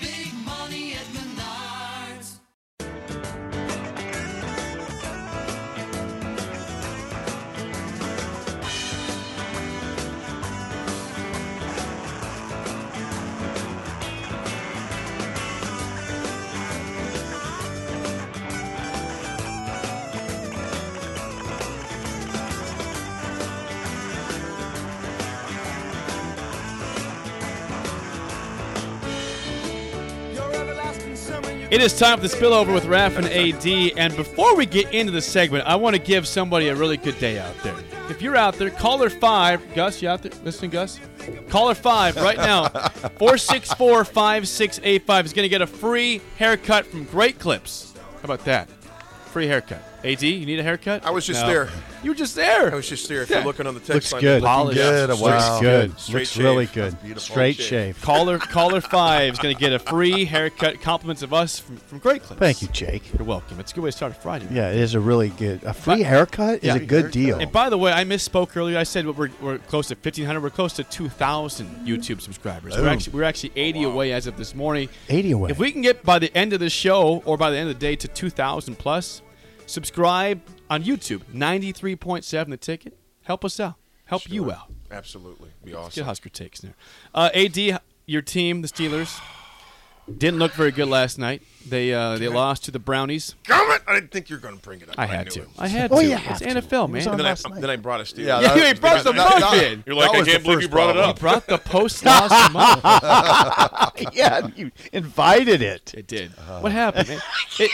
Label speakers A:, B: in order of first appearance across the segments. A: big money at Menards.
B: It is time for the spillover with Raf and AD. And before we get into the segment, I want to give somebody a really good day out there. If you're out there, caller five, Gus, you out there? Listen, Gus. Caller five right now, 464 5685 is going to get a free haircut from Great Clips. How about that? Free haircut. AD, you need a haircut?
C: I was just there.
B: You were just there.
C: I was just there. If you're
B: Yeah.
C: looking on the text
D: Looks
C: line,
D: good.
B: Looking good.
D: Looks
C: Wow.
D: good.
C: Straight
D: Looks
C: shave.
D: really good.
C: That's beautiful.
D: Straight
C: Shave.
D: shave.
B: Caller, caller five is going to get a free haircut. Compliments of us from, from Great Clips.
D: Thank you, Jake.
B: You're welcome. It's a good way to start a Friday.
D: Yeah, it is a really good. A free
B: But-
D: haircut is
B: yeah.
D: a good deal.
B: And by the way, I misspoke earlier. I said we're, we're close to 1,500. We're close to 2,000 YouTube subscribers. We're
D: Boom.
B: actually, we're actually 80 away as of this morning.
D: 80 away.
B: If we can get by the end of the show or by the end of the day to 2,000 plus, subscribe on YouTube, 93.7 The Ticket. Help us out. Help you out.
C: Absolutely. Be
B: Get
C: awesome.
B: Husker takes there. Uh, AD, your team, the Steelers, didn't look very good last night. They uh, they lost to the Brownies.
C: Damn it! I didn't think you were going to bring it up.
B: I had
C: knew
B: to.
C: it.
B: I had
D: Oh,
B: to.
D: you
B: it's
D: have to.
B: NFL,
D: It
B: man.
D: was
C: And
D: on
C: then I,
D: last night.
C: then I brought a Steelers.
E: Yeah,
B: Yeah,
E: that-
B: you ain't brought the
E: that-
B: book
E: that-
B: in.
E: that
C: You're like, I
E: was the
C: can't believe
E: first
C: you brought it
E: problem.
C: up.
B: brought the post loss to Mike.
D: yeah, you invited it.
B: It did.
C: Uh-huh.
B: What happened, man? It,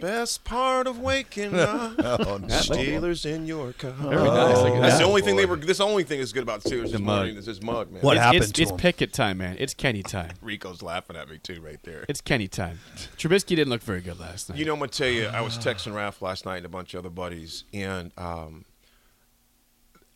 C: Best part of waking up. Steelers in your car.
B: very nice. Look at
C: That's
B: that.
C: the only thing they were. This only thing is good about Steelers this
B: mug.
C: morning is his mug, man.
D: What
B: it's,
D: happened
B: It's,
D: to
B: it's
D: him?
B: Pickett time, man. It's Kenny time.
C: Rico's laughing at me too, right there.
B: It's Kenny time. Trubisky didn't look very good last night.
C: You know, I'm gonna tell you, I was texting Ralph last night and a bunch of other buddies, and um,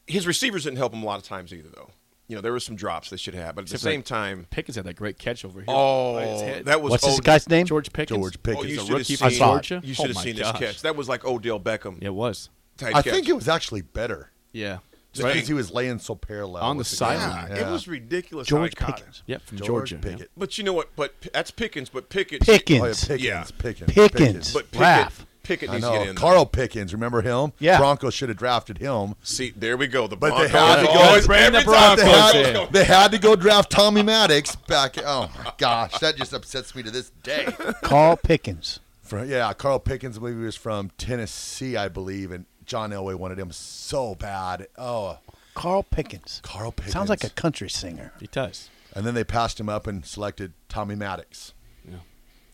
C: his receivers didn't help him a lot of times either, though. You know, there were some drops they should have, but at the
B: Except for,
C: same
B: like,
C: time,
B: Pickens had that great catch over here. Right, his
C: oh,
B: head.
C: that was
D: What's this
C: Od-
D: guy's name?
B: George Pickens.
E: George
C: Oh,
E: Pickens.
C: you
B: He's
C: should
B: a
C: have
B: rookie
C: seen,
B: from
D: I saw it.
B: Georgia.
C: You should have
B: Oh, my
C: seen
B: gosh.
C: this catch. That was like Odell Beckham.
B: It was.
C: Type
E: I
C: catch.
E: think it was actually better
B: Yeah.
E: just
C: Right.
E: because he was laying so parallel
B: On the
E: with
B: side.
E: guy.
C: Yeah, It was ridiculous. how
D: George
C: I caught
D: Pickens.
C: it.
B: Yep, from
E: George
B: Georgia. yeah.
E: Pickett.
C: But you know what? But P- that's Pickens. But Pickens.
D: Pickens.
E: Oh, yeah, Pickens,
C: Yeah.
E: Pickens,
D: Pickens.
C: But Pickett,
D: Raf.
C: Pickett
E: I
C: needs to get
E: know.
C: in. there.
E: Carl Pickens, remember him?
D: Yeah.
E: Broncos should have drafted him.
C: See, there we go. The
E: But
C: Broncos.
E: they had to go.
C: always
B: Bring
C: every
B: the
C: time
E: They
B: Broncos
C: Broncos
B: in.
C: go-
E: had, they had to go draft Tommy Maddox back. Oh my gosh, that just upsets me to this day.
D: Carl Pickens.
E: From, yeah, Carl Pickens, I believe he was from Tennessee, I believe, and John Elway wanted him so bad. Oh,
D: Carl Pickens.
E: Carl
D: Sounds like a
E: Pickens.
D: country singer.
B: He does.
E: and then they passed him up and selected Tommy Maddox.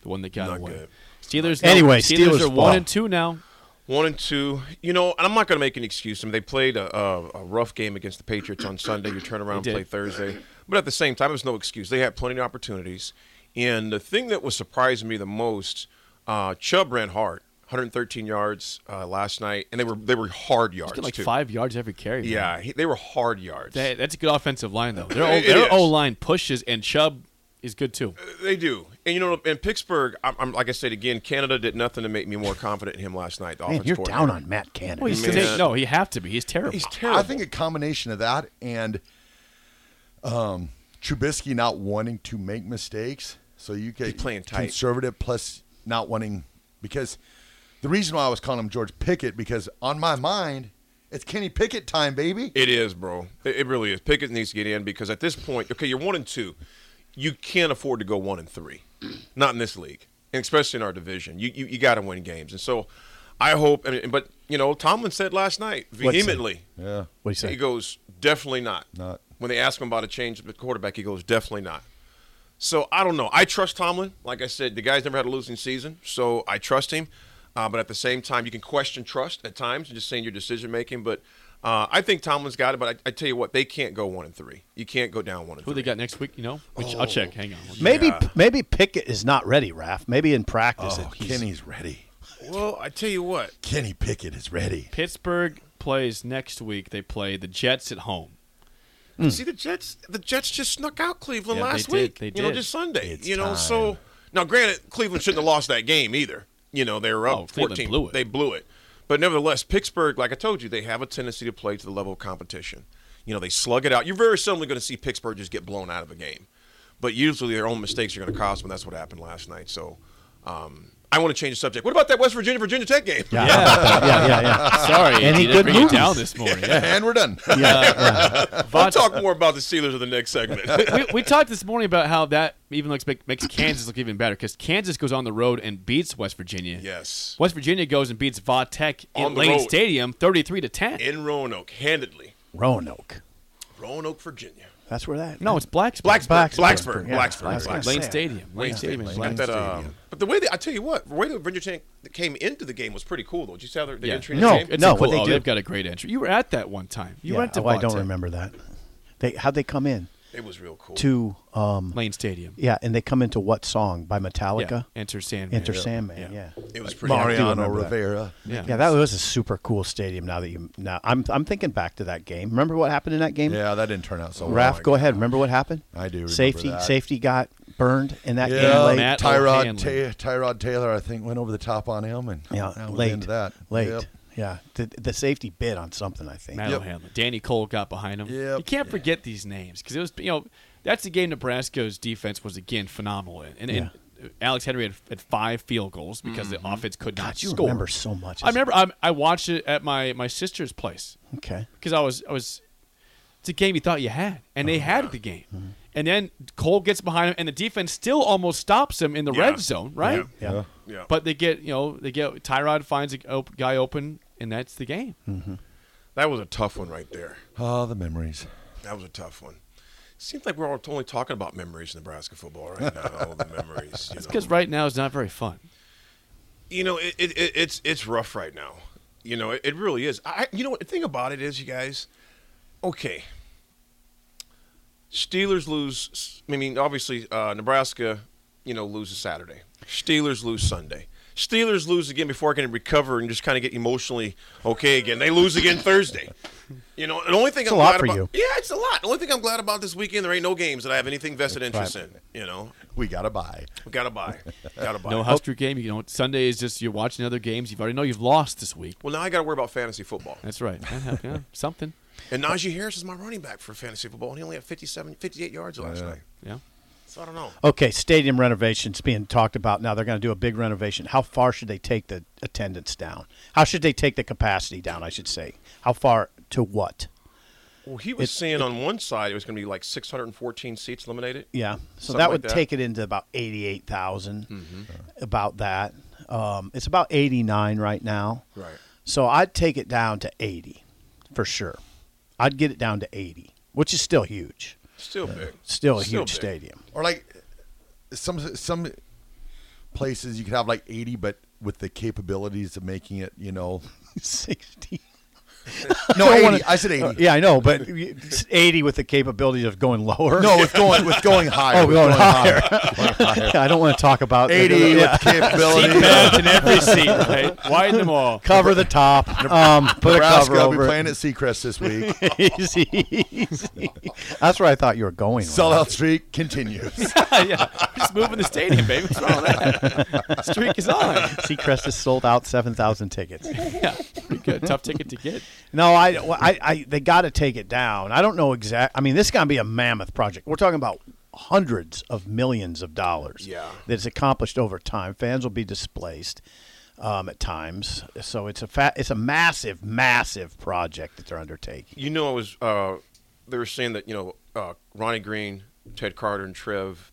B: The one that got
C: Not
B: away.
C: good.
B: Steelers.
D: Anyway,
B: Steelers,
D: Steelers
B: are one
D: fall.
B: and two now.
C: One and two. You know, and I'm not going to make an excuse. I mean, they played a, a, a rough game against the Patriots on Sunday. You turn around and
B: They
C: play
B: did.
C: Thursday. But at the same time, there's no excuse. They had plenty of opportunities. And the thing that was surprising me the most, uh, Chubb ran hard, 113 yards uh, last night, and they were they were hard yards
B: Get like
C: too.
B: five yards every carry. man.
C: Yeah, he, they were hard yards.
B: That- that's a good offensive line though. Their O-
C: It
B: their
C: is.
B: O line pushes and Chubb is good too.
C: Uh, They do, and you know, in Pittsburgh, I'm, I'm like I said again, Canada did nothing to make me more confident in him last night. The
D: Man,
C: offense
D: you're
C: coordinator.
D: down on Matt Cannon.
B: Well, he's
C: Man.
B: ta- no, he have to be. He's terrible.
C: He's terrible.
E: I think a combination of that and um, Trubisky not wanting to make mistakes. So you can
C: He's playing tight.
E: conservative plus not wanting because the reason why I was calling him George Pickett because on my mind it's Kenny Pickett time, baby.
C: It is, bro. It, it really is. Pickett needs to get in because at this point, okay, you're one and two. You can't afford to go one and three, not in this league, and especially in our division. You you, you got to win games, and so I hope. I mean, but you know, Tomlin said last night
D: he say?
C: vehemently.
E: Yeah.
D: what do you say?
C: He goes, definitely not.
E: Not.
C: When they ask him about a change of the quarterback, he goes, definitely not. So I don't know. I trust Tomlin. Like I said, the guy's never had a losing season, so I trust him. Uh, but at the same time, you can question trust at times, and just saying your decision making. But uh, I think Tomlin's got it. But I, I tell you what, they can't go one and three. You can't go down one and
B: Who
C: three.
B: they got next week? You know, Which, I'll check. Hang on.
D: Maybe maybe Pickett is not ready, Raph. Maybe in practice,
E: Oh,
D: it- he's-
E: Kenny's ready.
C: Well, I tell you what,
E: Kenny Pickett is ready.
B: Pittsburgh plays next week. They play the Jets at home.
C: See the Jets. The Jets just snuck out Cleveland
B: Yeah, they
C: last
B: did,
C: week.
B: they
C: You know,
B: did.
C: just Sunday.
E: It's
C: you know,
E: time.
C: so now granted, Cleveland shouldn't have lost that game either. You know, they were up
B: Oh, Cleveland
C: 14.
B: blew it.
C: They blew it. But nevertheless, Pittsburgh, like I told you, they have a tendency to play to the level of competition. You know, they slug it out. You're very seldom going to see Pittsburgh just get blown out of a game. But usually their own mistakes are going to cost them. That's what happened last night. So um, I want to change the subject. What about that West Virginia Virginia Tech game?
D: Yeah, yeah, yeah, yeah.
B: Sorry,
D: Ah. Any
B: he didn't
D: good
B: bring
D: movies?
B: it down this morning. Yeah.
E: And we're done.
C: We'll
B: Vach-
C: talk more about the Steelers in the next segment.
B: we, we talked this morning about how that even looks make- makes Kansas look even better because Kansas goes on the road and beats West Virginia.
C: yes.
B: West Virginia goes and beats Va Tech
C: On
B: in
C: the
B: Lane
C: road.
B: Stadium, thirty-three to ten.
C: In Roanoke, handedly.
D: Roanoke.
C: Roanoke, Virginia.
D: That's where that.
B: no, it's Blacksburg.
C: Blacksburg.
D: Blacksburg.
C: Blacksburg. Blacksburg.
D: Yeah,
C: Blacksburg.
D: Blacksburg.
B: Lane
D: Sam.
B: Stadium. Lane Stadium. is
C: Got that, um, but the way they, I tell you what, the way the Virginia Tech came into the game was pretty cool, though. Did you see how they they
B: Yeah.
C: entry
D: No.
C: the game?
B: It's a
D: No,
B: cool,
D: what they
B: oh,
D: do-
B: they've got a great entry. You were at that one time. You
D: Yeah,
B: went to
D: oh, I
B: Va
D: don't
B: Tech,
D: remember that. They how'd they come in
C: It was real cool.
D: to um
B: Lane Stadium.
D: yeah, and they come into what song by
B: Yeah.
D: Metallica?
B: Enter Sandman.
D: Enter Sandman. Yeah. Yeah.
C: It was pretty.
D: I do
E: Mariano
D: remember that.
E: Rivera.
B: Yeah.
D: that was a super cool stadium. Now that you now I'm I'm thinking back to that game. Remember what happened in that game?
E: Yeah, that didn't turn out so well.
D: Raph, go ahead. Remember what happened?
E: I do remember
D: Safety
E: that.
D: safety got burned in that
E: Yeah,
D: game late.
B: Matt
E: Tyrod,
B: O'Hanlon.
E: Ta- Tyrod Taylor, I think, went over the top on him, and
D: Yeah,
E: that was the
D: late.
E: end of that.
D: Late.
E: Yep.
D: Yeah, the, the safety bid on something. I think.
B: Matt
E: Yep.
B: O'Hanlon. Danny Cole got behind him.
E: Yep.
B: You can't forget these names because it was you know that's the game Nebraska's defense was again phenomenal in, and, and Alex Henry had, had five field goals because the offense could not
D: God, you
B: score.
D: remember so much.
B: I remember um, I, I watched it at my my sister's place
D: Okay.
B: because I was I was it's a game you thought you had and
D: Oh,
B: they had the game
D: Mm-hmm.
B: and then Cole gets behind him and the defense still almost stops him in the
C: Yeah.
B: red zone right
D: Yeah.
C: Yeah.
B: but they get you know they get Tyrod finds a op- guy open and that's the game
C: that was a tough one right there.
E: Oh, the memories.
C: That was a tough one. Seems like we're all only talking about memories in Nebraska football right now. all the memories. You know.
B: because right now it's not very fun.
C: you know, it, it, it, it's it's rough right now. You know, it, it really is. I you know what the thing about it is, you guys. Okay. Steelers lose. I mean, obviously, uh, Nebraska, you know, loses Saturday. Steelers lose Sunday. Steelers lose again before I can recover and just kind of get emotionally okay again. They lose again Thursday. You know, the only thing
D: It's
C: I'm
D: a lot
C: glad
D: for
C: about,
D: you.
C: Yeah, it's a lot. The only thing I'm glad about this weekend, there ain't no games that I have anything vested interest
D: Right.
C: in. You know,
E: We gotta buy.
C: gotta buy, gotta buy.
B: No Husker game. You know, Sunday is just you're watching other games. You've already know you've lost this week.
C: well, now I gotta worry about fantasy football.
B: That's right. Yeah, something.
C: And Najee Harris is my running back for fantasy football, and he only had 57, 58 yards last night.
B: Yeah.
C: So I don't know.
D: Okay, stadium renovations being talked about now. They're going to do a big renovation. How far should they take the attendance down? How should they take the capacity down? I should say. How far to what?
C: Well, he was saying on one side it was going to be like 614 seats eliminated.
D: Yeah. So
C: Something
D: that
C: like
D: would
C: that. Mm-hmm.
D: take it into about eighty-eight About that. Um, it's about eighty-nine right now.
C: Right.
D: So I'd take it down to eighty, for sure. I'd get it down to eighty, which is still huge.
C: Still big.
D: Still a
C: Still
D: huge
C: big.
D: stadium.
E: Or like some some places you could have like eighty, but with the capabilities of making it, you know,
D: Sixty.
E: No,
D: Don't
E: 80.
D: wanna-
E: I said 80.
D: Uh, yeah, I know, but it's 80 with the capability of going lower.
E: No, it's going with going higher.
D: Oh,
E: It's
D: going higher.
E: Going higher.
D: I don't want to talk about the-
E: 80
D: yeah.
E: with capability.
B: Pads in every seat, right? Widen them all.
D: cover the top. Um, put
E: Nebraska
D: a cover
E: will be
D: over. it.
E: playing at Seacrest this week.
D: easy, easy. That's where I thought you were going. with that.
E: Sellout streak continues.
B: yeah, just moving the stadium, baby. What's wrong with that? Streak is on.
D: Seacrest has sold out seven thousand tickets.
B: Yeah, pretty good. Tough ticket to get.
D: No, I, I, I they got to take it down. I don't know exact. I mean, this is gonna be a mammoth project. We're talking about hundreds of millions of dollars.
C: Yeah.
D: that's accomplished over time. Fans will be displaced um, at times, so it's a fa- it's a massive, massive project that they're undertaking.
C: You know, I was. Uh, they were saying that you know uh, Ronnie Green, Ted Carter, and Trev.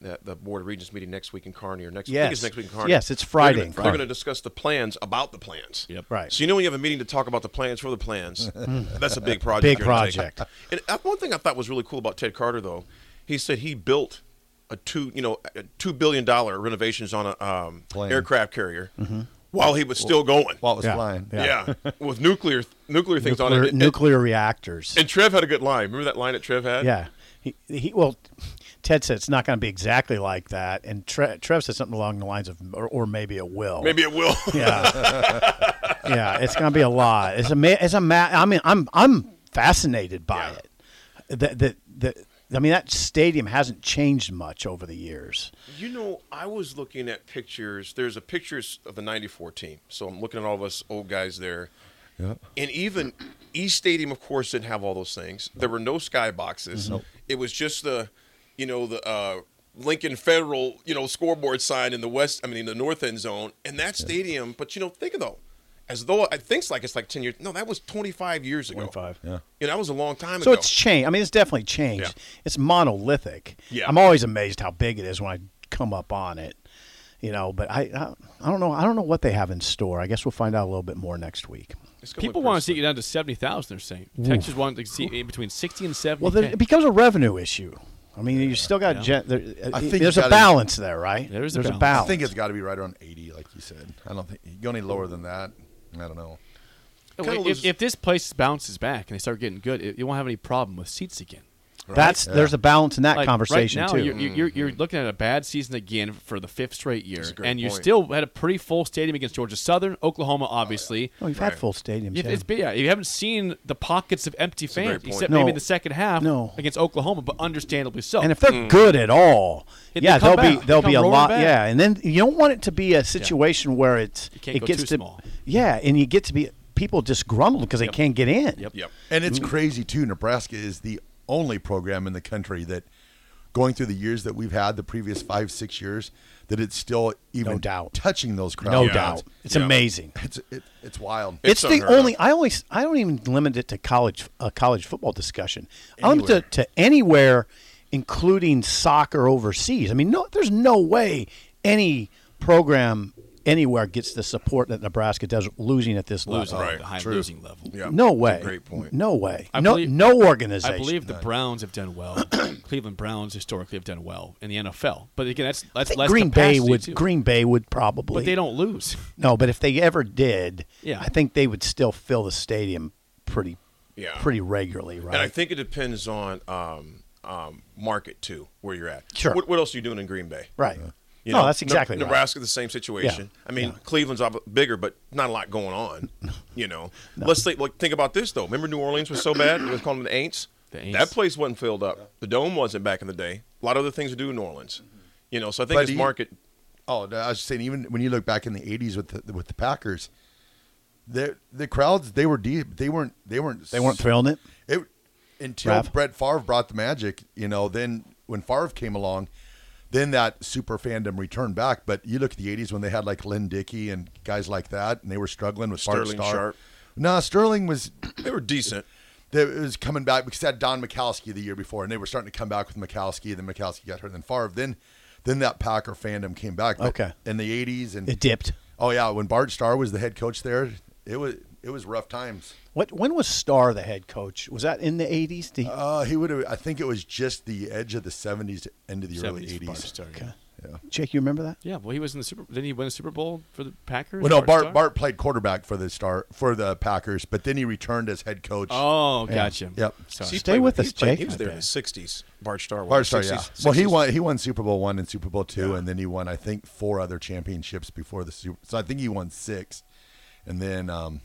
C: That the board of regents meeting next week in Kearney or next I think
D: Yes.
C: it's next week in Kearney.
D: Yes, it's
C: They're
D: Friday
C: gonna-
D: in
C: They're
D: Kearney.
C: going to discuss the plans about the plans.
B: Yep.
D: Right.
C: So you know when you have a meeting to talk about the plans for the plans, that's a big project.
D: Big
C: you're gonna take.
D: project.
C: And uh, one thing I thought was really cool about Ted Carter though, he said he built a two you know a two billion dollar renovations on a um,
E: Plane.
C: aircraft carrier while he was still going.
E: While it was
D: Mm-hmm. Yeah.
E: flying.
C: yeah. with nuclear nuclear things on
D: Nuclear,
C: it. And-
D: nuclear reactors.
C: And Trev had a good line. Remember that line that Trev had?
D: Yeah. He, he well, Ted said it's not going to be exactly like that, and Tre- Trev said something along the lines of, or, or maybe it will.
C: Maybe it will.
D: Yeah. yeah. It's going to be a lot. It's a. ma- It's a. Ma- I mean, I'm I'm fascinated by
C: Yeah.
D: it. The, the the I mean, that stadium hasn't changed much over the years.
C: You know, I was looking at pictures. There's a pictures of the '94 team, so I'm looking at all of us old guys there. And even East Stadium, of course, didn't have all those things. There were no skyboxes.
D: Mm-hmm.
C: It was just the, you know, the uh, Lincoln Federal, you know, scoreboard sign in the west. I mean, in the north end zone, and that stadium. But you know, think of though, as though I think like it's like 10 years. No, that was 25 years ago.
D: 25,
C: Yeah. You know, that was a long time
D: So
C: ago.
D: it's changed. I mean, it's definitely changed.
C: Yeah.
D: It's monolithic.
C: Yeah.
D: I'm always amazed how big it is when I come up on it. You know, but I, I I don't know I don't know what they have in store. I guess we'll find out a little bit more next week.
C: It's gonna
B: People
C: look
B: want to
C: pretty
B: see you down to seventy thousand. They're saying Texas wanted to see in between sixty and seventy.
D: Well, there, it becomes a revenue issue. I mean, you still got gen, there,
E: I
D: uh,
E: think you
D: there's a
E: gotta-
D: balance there, right?
B: There is a
D: there's
B: balance.
E: I think it's got to be right around 80, like you said. I don't think you go any lower than that. I don't know.
B: Well,
C: kinda
B: if,
C: loses-
B: if this place bounces back and they start getting good, it, you won't have any problem with seats again.
D: That's there's a balance in that
B: Like,
D: conversation
B: right now,
D: too.
B: You're, you're, you're- you're looking at a bad season again for the fifth straight year,
C: Mm-hmm. a great
B: and you
C: point.
B: still had a pretty full stadium against Georgia Southern, Oklahoma, obviously.
D: oh, you've had full stadiums.
B: If
D: yeah.
B: It's been, yeah, you haven't seen the pockets of empty
C: a great
B: fans,
C: point.
B: except
D: No.
B: maybe in the second half
D: No.
B: against Oklahoma, but understandably so.
D: and if they're good at all,
B: If they
D: yeah,
B: Mm. come
D: they'll be
B: back,
D: they'll
B: come
D: be a
B: roaring
D: lot.
B: back.
D: Yeah, and then you don't want it to be a situation where it's
B: can't
D: it
B: go
D: gets
B: too
D: to
B: small.
D: yeah, and you get to be people just grumble because they can't get in.
B: Yep.
C: Yep.
E: And it's crazy too. Nebraska is the only program in the country that, going through the years that we've had, the previous five six years, that it's still even
D: doubt.
E: touching those crowds.
D: no
C: Yeah.
D: doubt, it's
C: Yeah.
D: amazing.
E: It's it, it's wild.
D: It's,
C: It's
D: the
C: unheard of.
D: only. I always. I don't even limit it to college. A college football discussion. I limit it to, to anywhere, including soccer overseas. I mean, no, there's no way any program anywhere gets the support that Nebraska does losing at this
B: losing
D: level.
C: Right.
B: the high
C: True.
B: losing level.
C: Yeah.
D: No way.
C: Great point.
D: No way.
B: I
D: no
B: believe-
D: no organization.
B: I believe the Browns have done well. Cleveland Browns historically have done well in the NFL, but again, that's
D: I
B: that's
D: think
B: less
D: Green Bay
B: capacity
D: would
B: too.
D: Green Bay would probably
B: but they don't lose.
D: No, but if they ever did,
B: Yeah.
D: I think they would still fill the stadium pretty
C: Yeah.
D: pretty regularly, right?
C: And I think it depends on um, um, market too, where you're at.
D: Sure.
C: What, what else are you doing in Green Bay?
D: right.
C: You
D: no,
C: know,
D: that's
C: Ne-
D: exactly right.
C: Nebraska, the same situation.
D: Yeah.
C: I mean, Cleveland's ob- bigger, but not a lot going on. You know, let's think, like, think about this though. Remember, New Orleans was so bad; it was called the Aints.
B: The Aints.
C: That place wasn't filled up. The dome wasn't back in the day. A lot of other things to do in New Orleans. You know, so I think
E: But
C: it's
E: you-
C: market.
E: Oh, no, I was just saying, even when you look back in the '80s with the, with the Packers, the the crowds they were deep. They weren't. They weren't.
D: They weren't throwing it.
E: It, until
D: Rav?
E: Brett Favre brought the magic, you know, then when Favre came along, then that super fandom returned back. But you look at the 80s when they had like Lynn Dickey and guys like that, and they were struggling with Bart
C: Sterling
E: Starr.
C: Sharp.
E: No, Sterling was
C: They were decent.
E: they, it was coming back because they had Don Mikowski the year before, and they were starting to come back with Mikowski. Then Mikowski got hurt, and then Favre. Then then that Packer fandom came back. But
D: Okay.
E: in the 80s and
D: It dipped.
E: oh yeah, when Bart Starr was the head coach there, it was it was rough times.
D: What when was Starr the head coach? Was that in the 80s? Did he-
E: Uh, he would have. I think it was just the edge of the '70s to end of the early
B: 70s Bart
E: '80s.
B: Starr, yeah.
D: Jake, you remember that?
B: Yeah, well, he was in the Super. Didn't he win a Super Bowl for the Packers?
E: Well, no, Bart
B: Starr?
E: Bart played quarterback for the star for the Packers, but then he returned as head coach.
B: Oh, gotcha.
E: Yep.
B: Sorry.
C: He
D: Stay
C: played
D: with
C: he's
D: us,
C: played-
D: Jake.
C: He was there
D: Okay.
C: in the '60s. Bart Starr.
E: Bart
C: was
E: Starr,
C: 60s,
E: yeah. Well, he
C: 60s.
E: won he won Super Bowl one and Super Bowl two, and then he won I think four other championships before the Super. So I think he won six, and then um,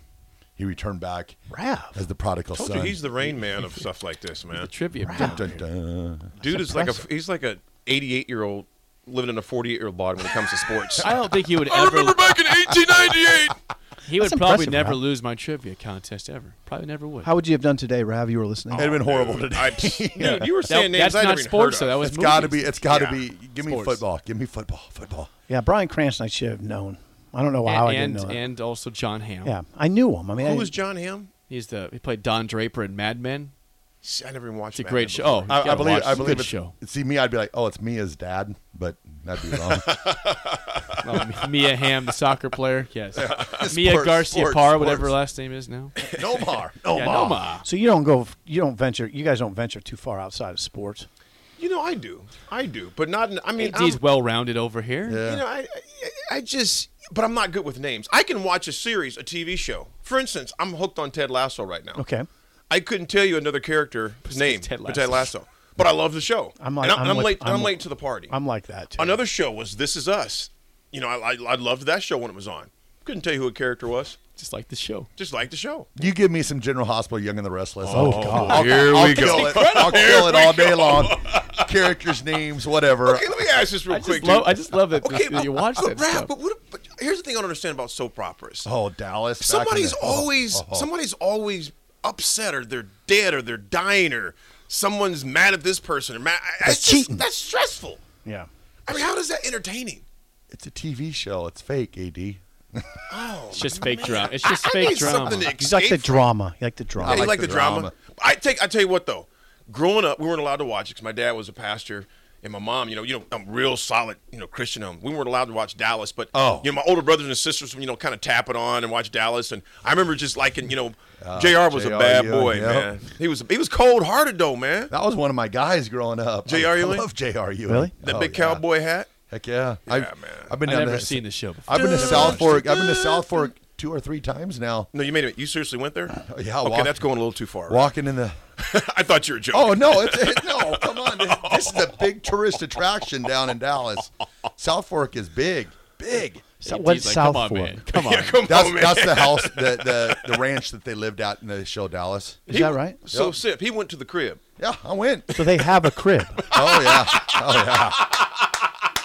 E: he returned back
D: Rav.
E: as the prodigal
C: Told
E: son.
C: you he's the rain man of stuff like this, man.
B: The trivia.
E: Dun,
B: down
E: dun,
B: here.
E: dun.
C: Dude is like a
D: impressive.
C: he's like a 88 year old living in a 48 year old body when it comes to sports.
B: I don't think he would ever.
C: back in 1898.
B: He would
D: That's
B: probably
D: impressive,
B: never
D: Rob.
B: lose my trivia contest ever. Probably never would.
D: How would you have done today, Rav? You were listening.
E: It'd have been horrible today.
C: I, dude, you were
B: That-
C: saying names
B: that's
C: I
B: not
C: never even
B: sports,
C: heard
B: though. That
C: of.
B: was
E: It's got to
B: movies.
E: be. It's got to
C: Yeah.
E: be. Give me
B: Sports.
E: football. Give me football. Football.
D: Yeah, Brian Cranston. I should have known. I don't know how I
B: and
D: didn't know. that.
B: and also John Hamm.
D: yeah, I knew him. I mean, I-
C: Who was John Hamm?
B: he's the he played Don Draper in Mad Men.
C: See, I never even watched.
B: It's a
C: Mad Men
B: great show.
C: before.
B: Oh, you
E: I, I
B: gotta watch
E: believe.
B: it.
E: I
B: It's a
E: believe.
B: good
E: it's-
B: show.
E: See me, I'd be like, oh, it's Mia's dad, but that'd be wrong.
B: Well, Oh, Mia Hamm, the soccer player. Yes. Mia
E: Sports,
B: Garcia
E: sports,
B: Parr, whatever her
E: sports.
B: last name is now.
E: no more. No
B: yeah,
E: more.
B: Noma.
D: So you don't go. You don't venture. You guys don't venture too far outside of sports.
B: Oh.
C: You know, I do. I do, but not. In, I mean, I'm,
B: AD's well rounded over here.
C: you know, I, I, I just. But I'm not good with names. I can watch a series, a TV show. For instance, I'm hooked on Ted Lasso right now.
D: Okay.
C: I couldn't tell you another character name,
B: Ted
C: but Ted
B: Lasso.
C: Lasso. But I love the show.
D: I'm like-
C: and I'm,
D: I'm
C: and I'm
D: with-
C: late. and
D: I'm-
C: I'm late to the party.
D: I'm like that too.
C: Another show was This Is Us. You know, I, I, I loved that show when it was on. Couldn't tell you who a character was.
B: Just like the show.
C: Just like the show.
E: You give me some General Hospital, Young and the Restless.
D: Oh,
E: I'll,
D: God.
E: I'll,
C: Here
E: I'll
C: we go.
E: kill it. I'll kill it all day long. Characters, names, whatever.
C: Okay, let me ask this real
B: I
C: quick.
B: just love.
C: dude.
B: I just love that
C: okay,
B: this- you watch that
C: but, Raph,
B: stuff.
C: But, what, but here's the thing I don't understand about soap operas.
E: Oh, Dallas. back in
C: somebody's
E: the- oh,
C: always
E: oh, oh.
C: somebody's always upset or they're dead or they're dying or someone's mad at this person or mad. I- That's
D: cheating.
C: Just, that's stressful.
D: yeah.
C: I mean, how does that entertaining?
E: It's a TV show. It's fake, AD.
C: Oh,
B: It's just fake drama. It's
C: I-
B: just
C: I
B: fake
C: need
B: drama.
C: something to
D: You like the
C: escape from.
D: drama. You like the drama.
C: I
E: like
C: like,
E: the
C: the, drama.
E: drama.
C: I take. I tell you what though, growing up, we weren't allowed to watch it because my dad was a pastor and my mom, you know, you know, I'm real solid, you know, Christian. Um, we weren't allowed to watch Dallas, but
E: Oh.
C: you know, my older brothers and sisters, you know, kind of tap it on and watch Dallas. And I remember just liking, you know,
E: Uh,
C: Jr. was
E: J.R.
C: a bad
E: Ewing,
C: boy,
E: yep. Oh,
C: man. He was he was cold hearted though, man.
E: That was one of my guys growing up.
C: J.R.
E: I
C: Ewing?
E: love J.R. Ewing.
D: Really?
C: That
E: Oh,
C: big
E: yeah.
C: cowboy hat.
E: Heck yeah. Yeah, I've,
C: man.
E: I've been
B: I've
E: down
B: never
E: to,
B: seen the show before.
E: I've been to
C: Never
E: South
C: watched it.
E: Fork. I've been to South Fork two or three times now.
C: No, you made it. You seriously went there?
E: yeah,
C: Okay,
E: walk-
C: that's going a little too far.
E: Walking in the.
C: I thought you were joking.
E: Oh no! It's, it, no, come on! This, this is a big tourist attraction down in Dallas. South Fork is big, big.
D: So,
B: AD's
D: what's
B: E like,
D: South
B: come on,
D: Fork?
B: man. Come on.
C: yeah, come
E: That's
C: on, Oh, man.
E: that's the house, the, the the ranch that they lived at in the show Dallas.
D: Is that right?
C: So sip. He went to the crib.
E: Yeah, I went.
D: So they have a crib.
E: Oh yeah, oh yeah.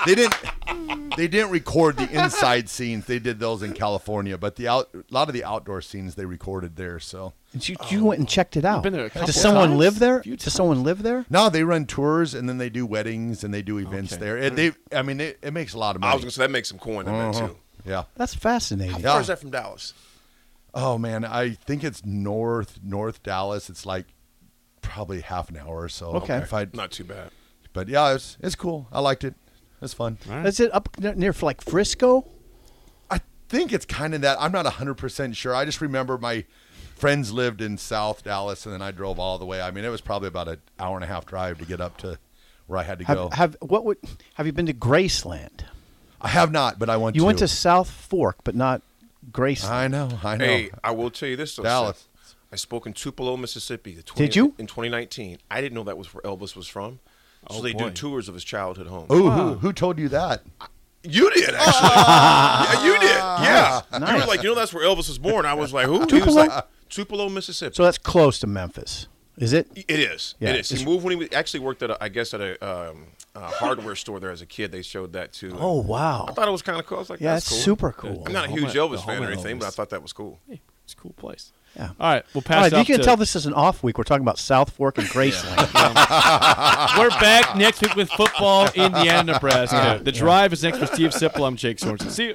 E: They didn't they didn't record the inside scenes. They did those in California, but the out a lot of the outdoor scenes they recorded there. So
D: And you, you went and checked it out.
B: been there a couple
D: Does someone
B: times?
D: live there?
B: A few
D: Does someone live there?
E: now they run tours and then they do weddings and they do events there. It, they, I mean, it, it makes a lot of money.
C: I was gonna say that makes some coin. I
E: Uh-huh.
C: meant too.
E: yeah.
D: That's fascinating.
C: How far is that from Dallas?
E: Oh man, I think it's north North Dallas. It's like probably half an hour or so.
D: Okay.
E: If I,
C: Not too bad.
E: but yeah, it's it's cool. I liked it. It's fun.
D: Is it up n- near like Frisco?
E: think it's kind of that. I'm not 100% sure. I just remember my friends lived in South Dallas, and then I drove all the way. I mean, it was probably about an hour and a half drive to get up to where I had to go.
D: Have, have what would have you been to Graceland?
E: I have not, but I want
D: You
E: to.
D: went to South Fork, but not Graceland.
B: Uh-huh.
E: I know. I know.
C: Hey, I will tell you this though.
E: Dallas.
C: Seth. I spoke in Tupelo, Mississippi. The 20th,
D: Did you?
C: in 2019? I didn't know that was where Elvis was from. So
D: Oh,
C: they do tours of his childhood home.
E: Ooh, who, who told you that?
C: You did actually. yeah, you did. Yeah. You were
D: Ah. Nice.
C: like, you know, that's where Elvis was born. I was like, who? He was
D: Tupelo?
C: like, Tupelo, Mississippi.
D: so that's close to Memphis, is it?
C: It is.
D: Yeah,
C: it is. He
D: it's-
C: moved when he was- actually worked at, a, I guess, at a, um, a hardware store there as a kid. They showed that too.
D: Oh wow!
C: I thought it was kind of cool. I was like,
D: yeah,
C: that's
D: that's
C: cool.
D: super cool.
C: I'm not a
B: home
C: huge
B: at- the
C: Elvis
B: home
C: fan or
B: at
C: anything, but I
B: Elvis.
C: thought that was cool.
B: Hey, it's a cool place.
D: Yeah.
B: All right, we'll pass.
D: All right,
B: it
D: you
B: off
D: can
B: to-
D: tell this is an off week. We're talking about South Fork and Graceland.
B: We're back next week with football, Indiana, Nebraska. The drive is next with Steve Sipple. I'm Jake Sorensen. See you.